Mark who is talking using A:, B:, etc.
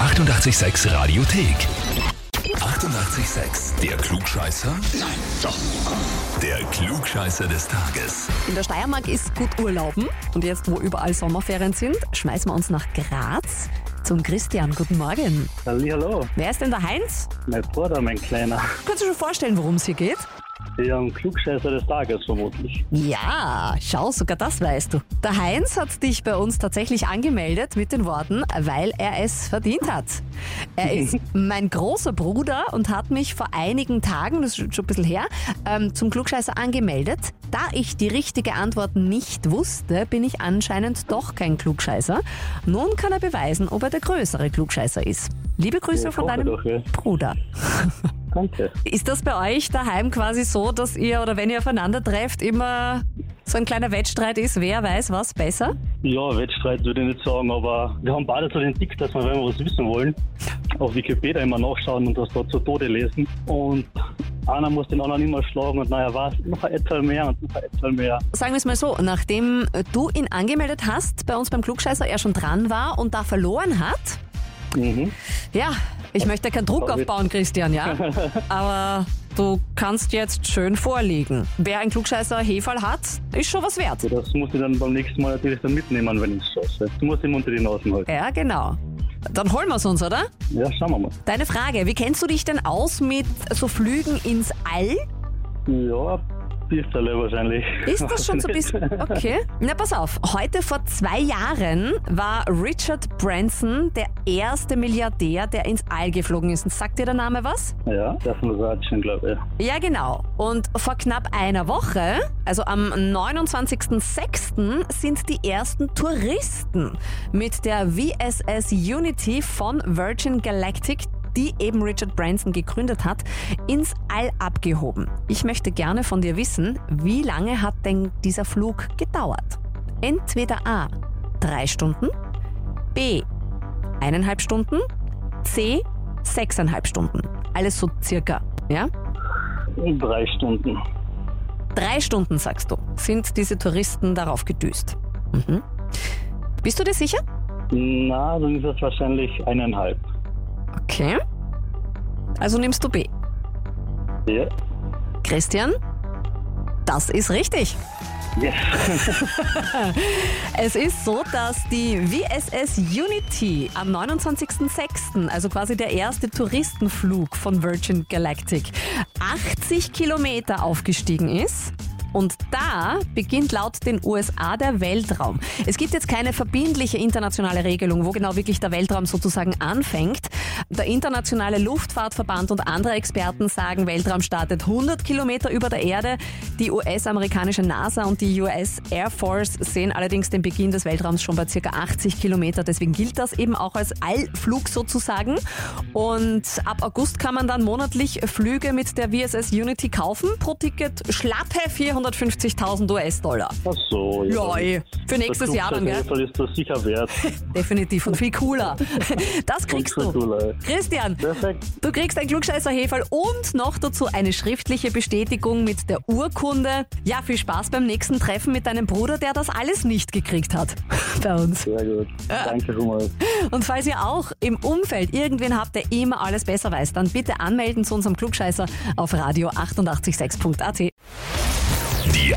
A: 886 Radiothek. 88,6. Der Klugscheißer? Nein, doch. Der Klugscheißer des Tages.
B: In der Steiermark ist gut Urlauben. Und jetzt, wo überall Sommerferien sind, schmeißen wir uns nach Graz zum Christian. Guten Morgen.
C: Hallo,
B: Wer ist denn der Heinz?
C: mein Bruder, mein Kleiner.
B: Kannst du schon vorstellen, worum es hier geht?
C: Die haben Klugscheißer des Tages vermutlich.
B: Ja, schau, sogar das weißt du. Der Heinz hat dich bei uns tatsächlich angemeldet mit den Worten, weil er es verdient hat. Er
C: Mhm.
B: ist mein großer Bruder und hat mich vor einigen Tagen, das ist schon ein bisschen her, ähm, zum Klugscheißer angemeldet. Da ich die richtige Antwort nicht wusste, bin ich anscheinend doch kein Klugscheißer. Nun kann er beweisen, ob er der größere Klugscheißer ist. Liebe Grüße
C: Ich
B: von
C: hoffe
B: deinem
C: doch, ja.
B: Bruder.
C: Danke.
B: Ist das bei euch daheim quasi so, dass ihr oder wenn ihr aufeinander trefft, immer so ein kleiner Wettstreit ist, wer weiß was besser?
C: Ja, Wettstreit würde ich nicht sagen, aber wir haben beide so den Tick, dass wir, wenn wir was wissen wollen, auf Wikipedia immer nachschauen und das dort zu Tode lesen. Und einer muss den anderen immer schlagen und naja, was, noch ein etwas mehr und noch ein etwas mehr.
B: Sagen wir es mal so, nachdem du ihn angemeldet hast, bei uns beim Klugscheißer er schon dran war und da verloren hat,
C: Mhm.
B: ja, ich möchte keinen Druck
C: Aber wir-
B: aufbauen, Christian, ja. Aber du kannst jetzt schön vorlegen. Wer ein Klugscheißer Hefal hat, ist schon was wert.
C: Ja, Das muss ich dann beim nächsten Mal natürlich dann mitnehmen, wenn ich schaffe. Du musst ihm unter die Nase halten.
B: Ja, genau. Dann holen wir es uns, oder?
C: Ja, schauen wir mal.
B: Deine Frage, wie kennst du dich denn aus mit so Flügen ins All?
C: Ja, Pistole wahrscheinlich.
B: Ist das schon so ein bisschen. Okay. Na, pass auf. Heute vor zwei Jahren war Richard Branson der erste Milliardär, der ins All geflogen ist. Und sagt dir der Name was?
C: Ja, das muss ratschen, glaube ich.
B: Ja, genau. Und vor knapp einer Woche, also am 29.06., sind die ersten Touristen mit der VSS Unity von Virgin Galactic die eben Richard Branson gegründet hat, ins All abgehoben. Ich möchte gerne von dir wissen, wie lange hat denn dieser Flug gedauert? Entweder A, drei Stunden, B, eineinhalb Stunden, C, sechseinhalb Stunden. Alles so circa, ja?
C: Drei Stunden.
B: Drei Stunden, sagst du, sind diese Touristen darauf gedüst. Mhm. Bist du dir sicher?
C: Na, dann ist es wahrscheinlich eineinhalb.
B: Okay. Also nimmst du B.
C: Ja.
B: Christian? Das ist richtig.
C: Yes.
B: Es ist so, dass die VSS Unity am 29.06., also quasi der erste Touristenflug von Virgin Galactic, 80 Kilometer aufgestiegen ist. Und da beginnt laut den USA der Weltraum. Es gibt jetzt keine verbindliche internationale Regelung, wo genau wirklich der Weltraum sozusagen anfängt. Der internationale Luftfahrtverband und andere Experten sagen, Weltraum startet 100 Kilometer über der Erde. Die US-amerikanische NASA und die US Air Force sehen allerdings den Beginn des Weltraums schon bei circa 80 Kilometer. Deswegen gilt das eben auch als Allflug sozusagen. Und ab August kann man dann monatlich Flüge mit der VSS Unity kaufen. Pro Ticket schlappe 450.000 US-Dollar.
C: Ach so.
B: Ja, eh. Für nächstes Jahr dann, gell?
C: Das ist das sicher wert.
B: Definitiv und viel cooler. Das
C: Und
B: kriegst du.
C: für Dollar.
B: Christian,
C: Perfekt.
B: Du kriegst ein Klugscheißer Heferl und noch dazu eine schriftliche Bestätigung mit der Urkunde. Ja, viel Spaß beim nächsten Treffen mit deinem Bruder, der das alles nicht gekriegt hat bei uns.
C: Sehr gut. Danke schon mal.
B: Und falls ihr auch im Umfeld irgendwen habt, der immer alles besser weiß, dann bitte anmelden zu unserem Klugscheißer auf radio 886.at.
A: Die